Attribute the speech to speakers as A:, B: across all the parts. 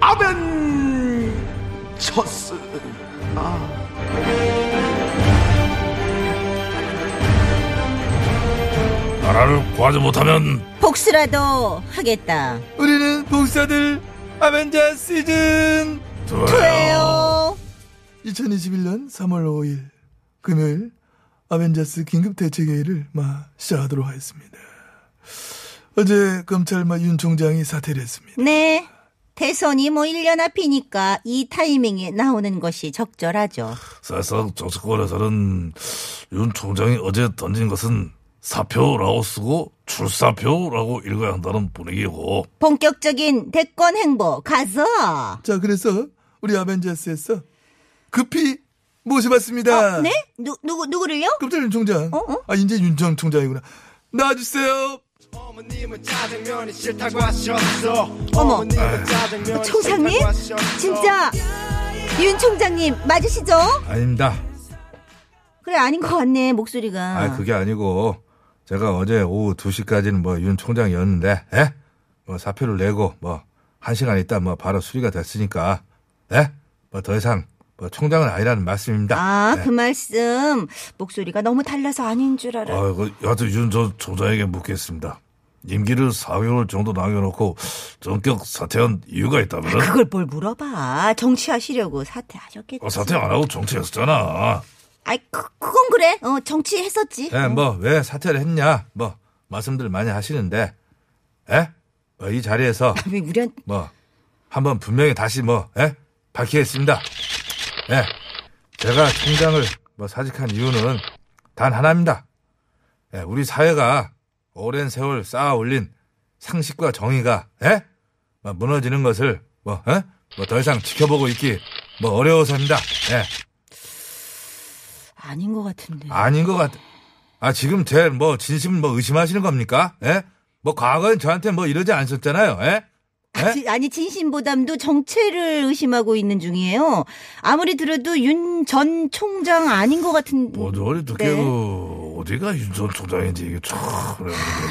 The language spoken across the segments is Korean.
A: 아벤처스.
B: 나라를 구하지 못하면
C: 복수라도 하겠다.
D: 우리는 복사들 아벤자 시즌
C: 왜요?
D: 2021년 3월 5일 금요일 아벤자스 긴급 대책회의를 막 시작하도록 하였습니다. 어제 검찰 막 윤 총장이 사퇴를 했습니다.
C: 네. 대선이 뭐 1년 앞이니까 이 타이밍에 나오는 것이 적절하죠.
B: 사실상 정치권에서는 윤 총장이 어제 던진 것은 사표라고 쓰고 출사표라고 읽어야 한다는 분위기고
C: 본격적인 대권 행보 가서.
D: 자, 그래서 우리 아벤자스에서 급히 모셔봤습니다.
C: 네? 누, 누구, 누구를요?
D: 검찰 윤 총장.
C: 어?
D: 아, 이제 윤정 총장이구나. 나와주세요.
E: 어머님은 짜장면이 싫다고 하셨어.
C: 어머.
E: 어머님은
B: 네.
E: 짜장면이
C: 총장님?
E: 싫다고 하셨어.
C: 진짜 윤 총장님 맞으시죠?
B: 아닙니다.
C: 그래 아닌 것 같네 목소리가.
B: 아니 그게 아니고 제가 어제 오후 2시까지는 뭐 윤 총장이었는데 예? 뭐 사표를 내고 뭐 1시간 있다 뭐 바로 수리가 됐으니까 예? 뭐더 이상 뭐 총장은 아니라는 말씀입니다.
C: 아,
B: 예.
C: 그 말씀 목소리가 너무 달라서 아닌 줄 알아.
B: 아, 그, 여하튼 윤 전 총장에게 묻겠습니다. 임기를 4개월 정도 남겨놓고 전격 사퇴한 이유가 있다면
C: 그걸 뭘 물어봐. 정치하시려고 사퇴하셨겠지.
B: 어, 사퇴 안 하고 정치했었잖아.
C: 아이 그, 그건 그래. 어 정치했었지.
B: 예, 뭐, 왜 사퇴를 했냐, 뭐, 말씀들 많이 하시는데, 예? 뭐, 이 자리에서,
C: 왜 우리한
B: 뭐, 한번 분명히 다시 뭐, 예? 밝히겠습니다. 예. 제가 총장을 뭐 사직한 이유는 단 하나입니다. 예, 우리 사회가 오랜 세월 쌓아 올린 상식과 정의가, 예? 뭐 무너지는 것을, 뭐, 예? 뭐더 이상 지켜보고 있기, 뭐, 어려워서입니다. 예.
C: 아닌 것 같은데.
B: 아닌 것 같아. 아, 지금 제 뭐 진심 뭐 의심하시는 겁니까? 예? 뭐 과거엔 저한테 뭐 이러지 않으셨잖아요. 예? 예?
C: 지- 아니 진심보담도 정체를 의심하고 있는 중이에요. 아무리 들어도 윤 전 총장 아닌 것 같은데. 네.
B: 모조리 두께고 어디가 윤 전 총장인지 이게 참.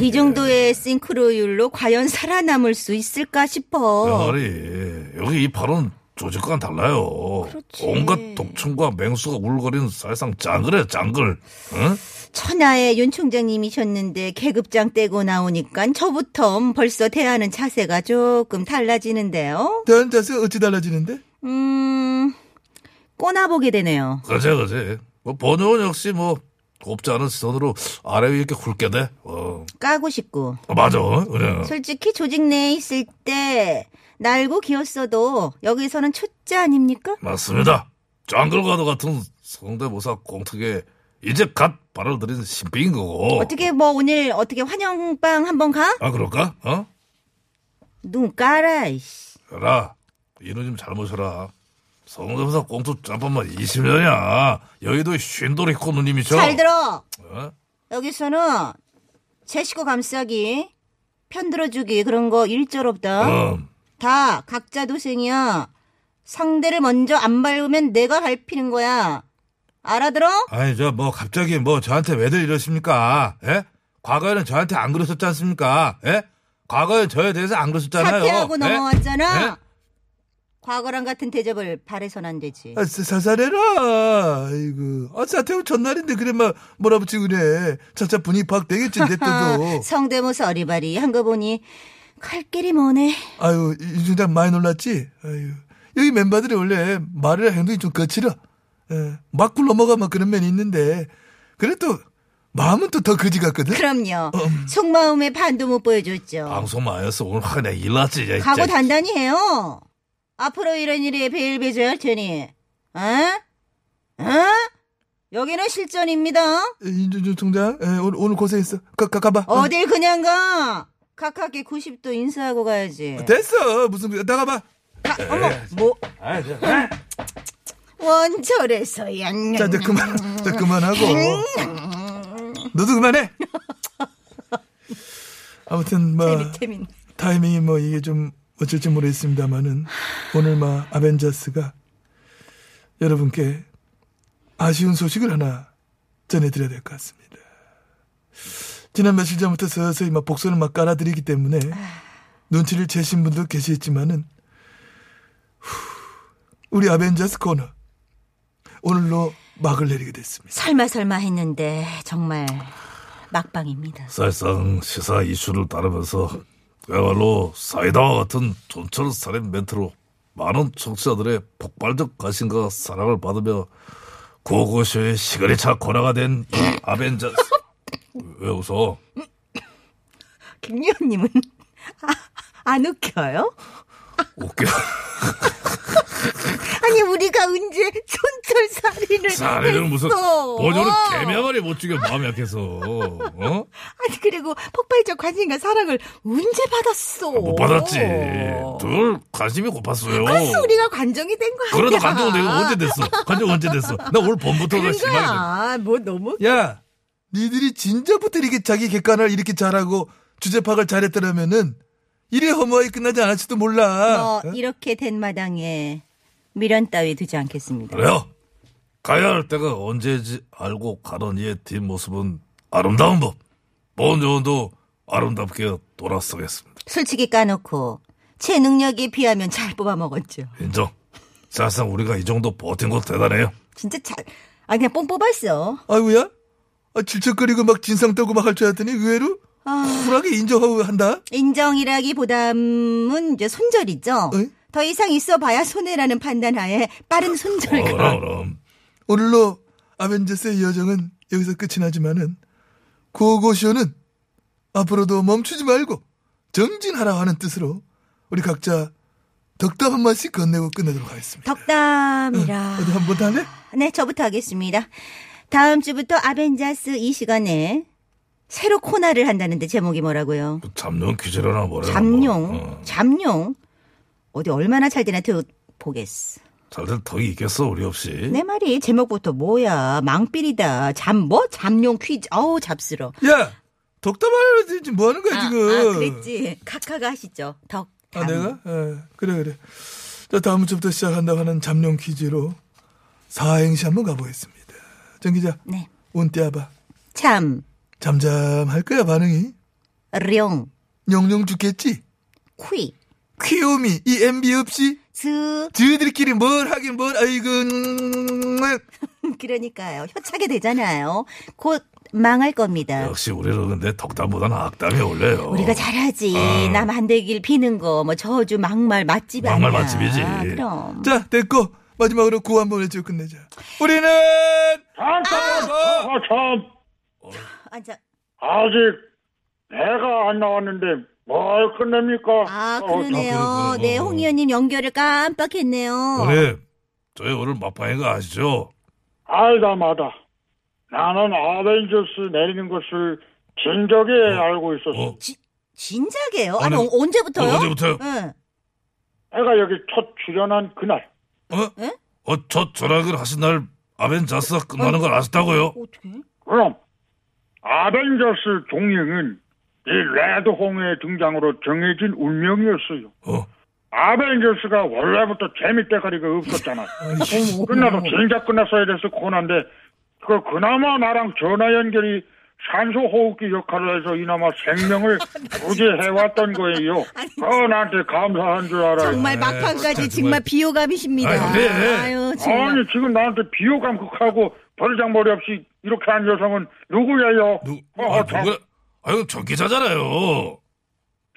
C: 이 정도의 싱크로율로 과연 살아남을 수 있을까 싶어.
B: 말이 여기 이 발언 조직과는 달라요.
C: 그렇지.
B: 온갖 독충과 맹수가 울거리는 사실상 짱글이야 짱글. 응?
C: 천하의 윤 총장님이셨는데 계급장 떼고 나오니까 저부터 음, 벌써 대하는 자세가 조금 달라지는데요.
D: 대한 자세가 어찌 달라지는데?
C: 음, 꼬나보게 되네요.
B: 그제 그제. 뭐 번영은 역시 뭐 곱지 않은 시선으로 아래 위 이렇게 굵게 돼. 어.
C: 까고 싶고.
B: 아, 맞아. 그래.
C: 솔직히 조직 내에 있을 때 날고 기었어도 여기서는 초짜 아닙니까?
B: 맞습니다. 짱글과도 같은 성대모사 공특에 이제 갓 발을 들인 신비인 거고.
C: 어떻게 뭐 오늘 어떻게 환영빵 한번 가?
B: 아 그럴까? 어?
C: 눈 깔아. 이씨.
B: 라 이놈 좀 잘못해라. 성대모사 공투 짬밥만 20년이야. 여의도 쉰돌이코 누님이죠.
C: 잘 들어.
B: 어?
C: 여기서는 제 식구 감싸기, 편들어주기 그런 거 일절 없다.
B: 음.
C: 다 각자 도생이야. 상대를 먼저 안 밟으면 내가 밟히는 거야. 알아들어?
B: 아니 저 뭐 갑자기 뭐 저한테 왜들 이러십니까? 예? 과거에는 저한테 안 그러셨지 않습니까? 예? 과거에 저에 대해서 안 그러셨잖아요.
C: 사퇴하고
B: 예?
C: 넘어왔잖아.
B: 예?
C: 과거랑 같은 대접을 바래선 안 되지.
D: 아, 사- 사살해라. 아이고. 아, 사태후 전날인데, 그래, 막, 몰아붙이고 그래. 차차 분위기 파악되겠지, 내
C: 아,
D: 때도.
C: 성대모사 어리바리 한 거 보니 갈 길이 머네.
D: 아유, 윤총장 많이 놀랐지? 아유. 여기 멤버들이 원래 말이나 행동이 좀 거칠어. 예, 막 굴러먹어막 그런 면이 있는데. 그래도, 마음은 또 더 거지 같거든?
C: 그럼요. 속마음의 반도 못 보여줬죠.
B: 방송 마이너스 오늘 확 그냥 일났지. 아, 진짜.
C: 각오 단단히 해요. 앞으로 이런 일에 베일 베줘야 할 테니. 어? 어? 여기는 실전입니다.
D: 윤 총장, 예, 오늘, 오늘 고생했어. 가, 가, 가봐. 어.
C: 어딜 그냥 가. 가깝게 90도 인사하고 가야지.
D: 됐어. 무슨, 나가봐.
C: 아, 어머, 뭐,
B: 아이, 그냥, 에?
C: 원절에서 양.
D: 자, 이제 그만, 자, 그만하고. 너도 그만해! 아무튼, 뭐,
C: 태민.
D: 타이밍이 뭐, 이게 좀 어쩔지 모르겠습니다만은, 오늘 막 아벤자스가 여러분께 아쉬운 소식을 하나 전해드려야 될 것 같습니다. 지난 며칠 전부터 서서히 막 복선을 막 깔아드리기 때문에 눈치를 채신 분도 계시겠지만은, 후, 우리 아벤자스 코너, 오늘로 막을 내리게 됐습니다.
C: 설마 설마 했는데 정말 막방입니다.
B: 사실상 시사 이슈를 따르면서 그야말로 사이다 같은 존철 살인 멘트로 많은 청취자들의 폭발적 관심과 사랑을 받으며 고고쇼의 시그니처 코너가 된 아벤져스 왜 웃어?
C: 김리언님은 아, 안 웃겨요?
B: 웃겨
C: 아니 우리가 언제 촌철 살인을
B: 사례는 무슨
C: 했어?
B: 본연은 개명아리 못 죽여 마음이 약해서 어?
C: 아니 그리고 폭발적 관심과 사랑을 언제 받았어?
B: 아, 못 받았지 둘 관심이 고팠어요
C: 그래서 우리가 관정이 된 아, 거야.
B: 그러다 관종 내가 언제 됐어 관종 언제 됐어 나 오늘 봄부터가
C: 그런
B: 심하게
C: 거야. 뭐 너무
D: 야, 니들이 진짜부터 이렇게 자기 객관을 이렇게 잘하고 주제 파악을 잘했더라면은 이래 허무하게 끝나지 않았을지도 몰라.
C: 어, 이렇게 된 마당에 미련 따위 두지 않겠습니다.
B: 그래요. 가야 할 때가 언제지 알고 가던 이의 뒷모습은 아름다운 법. 본 요원도 아름답게 돌아서겠습니다.
C: 솔직히 까놓고 제 능력에 비하면 잘 뽑아 먹었죠.
B: 인정. 사실상 우리가 이 정도 버틴 것도 대단해요.
C: 진짜 잘. 아 그냥 뽕 뽑았어.
D: 아이고야, 아, 질척거리고 막 진상 떠고 막 할 줄 알았더니 의외로 쿨하게 인정하고 한다.
C: 인정이라기보다는 이제 손절이죠.
D: 에?
C: 더 이상 있어봐야 손해라는 판단하에 빠른 손절과
B: 그럼 그럼.
D: 오늘로 아벤져스의 여정은 여기서 끝이 나지만은 고고쇼는 앞으로도 멈추지 말고 정진하라 하는 뜻으로 우리 각자 덕담 한 마씩 건네고 끝내도록 하겠습니다.
C: 덕담이라.
D: 아, 어디 한번 더 할래?
C: 네, 저부터 하겠습니다. 다음 주부터 아벤자스 이 시간에 새로 코너를 한다는데 제목이 뭐라고요?
B: 잠룡 퀴즈라나 뭐라. 어.
C: 잠룡. 잠룡. 어디 얼마나 잘 되나 보겠어.
B: 잘될 덕이 있겠어 우리 없이.
C: 내 말이 제목부터 뭐야? 망필이다. 잠 뭐? 잠룡 퀴즈. 어우 잡스러.
D: 야, 덕담하려고 지금 뭐 하는 거야
C: 아,
D: 지금?
C: 아, 그랬지. 카카가 하시죠. 덕.
D: 아,
C: 담.
D: 내가? 예, 그래 그래. 자 다음 주부터 시작한다고 하는 잠룡 퀴즈로 사행시 한번 가보겠습니다. 정 기자,
C: 네.
D: 운 떼어봐.
C: 참.
D: 잠잠할 거야 반응이.
C: 룡.
D: 영영 죽겠지.
C: 퀴.
D: 퀴오미 이 MB 없이
C: 즈.
D: 저희들끼리 뭘 하긴 뭘 아이고 음,
C: 그러니까요. 협차게 되잖아요. 곧 망할 겁니다.
B: 역시 우리는 근데 덕담보다는 악담이 올래요.
C: 우리가 잘하지. 남 안 되길 비는 거, 뭐, 저주, 막말, 맛집 아니야.
B: 막말 맛집이지.
C: 그럼.
D: 자 됐고 마지막으로 구호 한번 외치고 끝내자. 우리는
F: 아, 참.
C: 아, 자,
F: 아직 배가 안 나왔는데 뭘 끝냅니까?
C: 아
F: 어,
C: 그러네요.
B: 아, 그래, 그래.
C: 네,
B: 어, 어.
C: 홍 의원님 연결을 깜빡했네요.
B: 우리 저희 오늘 막방인 거 아시죠?
F: 알다 마다. 나는 아벤져스 내리는 것을 진작에 알고 있었어.
B: 어.
C: 진작에요?
B: 아니,
C: 아니, 어, 언제부터요?
B: 어, 언제부터요?
C: 응.
F: 내가 여기 첫 출연한 그날.
B: 어?
C: 에?
B: 어, 저 전학을 하신 날 아벤자스가 끝나는 걸 아셨다고요?
C: 어? 어떻게?
F: 그럼 아벤져스 종영은 이 레드홍의 등장으로 정해진 운명이었어요.
B: 어.
F: 아벤져스가 원래부터 재미때가리가 없었잖아. 끝나서
C: 음.
F: 진작 끝났어야 됐을 코난데 그 그나마 나랑 전화 연결이 산소 호흡기 역할을 해서 이나마 생명을 구제해왔던 거예요. 그 나한테 감사한 줄 알아요.
C: 정말 막판까지 정말 비호감이십니다.
B: 아이, 그래.
C: 아유, 정말.
F: 아니 지금 나한테 비호감 극하고 버르장머리 없이 이렇게 한 여성은 누구예요?
B: 누,
F: 어,
B: 아,
F: 어, 저,
B: 누구야? 아유, 전 기자잖아요.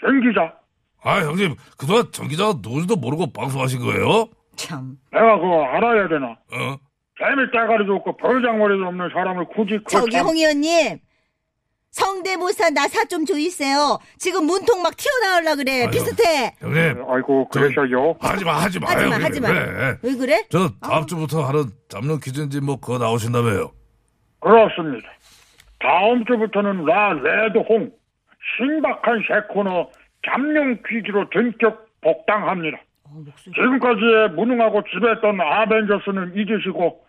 F: 전 기자.
B: 아, 형님, 그동안 전 기자가 누군지도 모르고 방송하신 거예요?
C: 참.
F: 내가 그거 알아야 되나?
B: 어?
F: 재미 때가리도 없고 버르장머리도 없는 사람을 굳이 그
C: 저기
F: 참-
C: 홍 의원님. 성대모사 나사 좀 조이세요. 지금 문통 막 튀어나올라 그래.
B: 아유.
C: 비슷해.
B: 형님,
F: 아이고 어, 그러셔요.
B: 하지 마, 하지 마요.
C: 하지마,
B: 그래,
C: 하지마.
B: 그래.
C: 왜 그래?
B: 저 다음 주부터 하는 잡룡 퀴즈인지 뭐 그거 나오신다며요.
F: 그렇습니다. 다음 주부터는 라 레드홍 신박한 새 코너 잠룡 퀴즈로 전격 복당합니다.
G: 아, 목소리.
F: 지금까지의 무능하고 지배했던 아벤져스는 잊으시고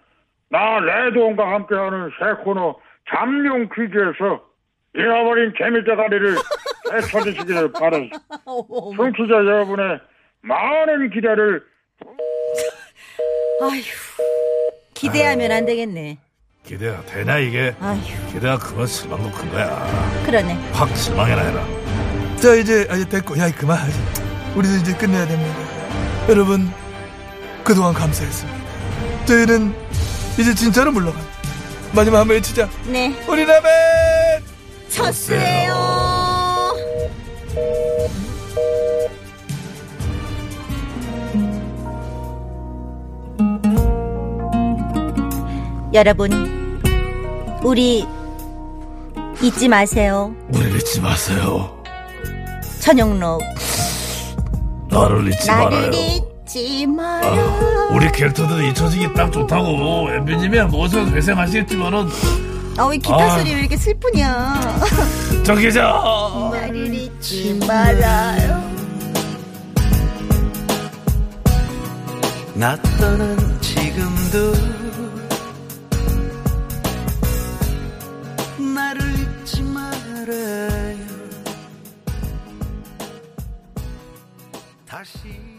F: 나 레드온과 함께하는 새 코너 잠룡 퀴즈에서 잃어버린 개미대가리를 되찾으시기를 바라죠. 청취자 여러분의 많은 기대를
C: 아휴, 기대하면 안 되겠네.
B: 기대가 되냐 이게?
C: 아휴,
B: 기대가 크면 실망도 큰 거야.
C: 그러네.
B: 확 실망해라 해라.
D: 자 이제 아, 이제 됐고 야 그만 하자. 우리도 이제 끝내야 됩니다 여러분 그동안 감사했습니다 저희는 이제 진짜로 물러갑니다 마지막 한 번 외치자
C: 네,
D: 우리 라벤
C: 첫수예요. 음. 여러분, 우리 잊지 마세요.
B: 우리 잊지 마세요.
C: 천영록
B: 나를 잊지
C: 나를 잊지 마요.
B: 우리 캐릭터들은 잊혀지기 딱 좋다고. 엠비님이 무엇을 회생하시겠지만은
C: 아, 왜 기타
B: 아.
C: 소리 왜 이렇게 슬프냐?
B: 저 기자.
C: 나를 잊지 말아요.
H: 나 떠난 지금도 나를 잊지 말아요 다시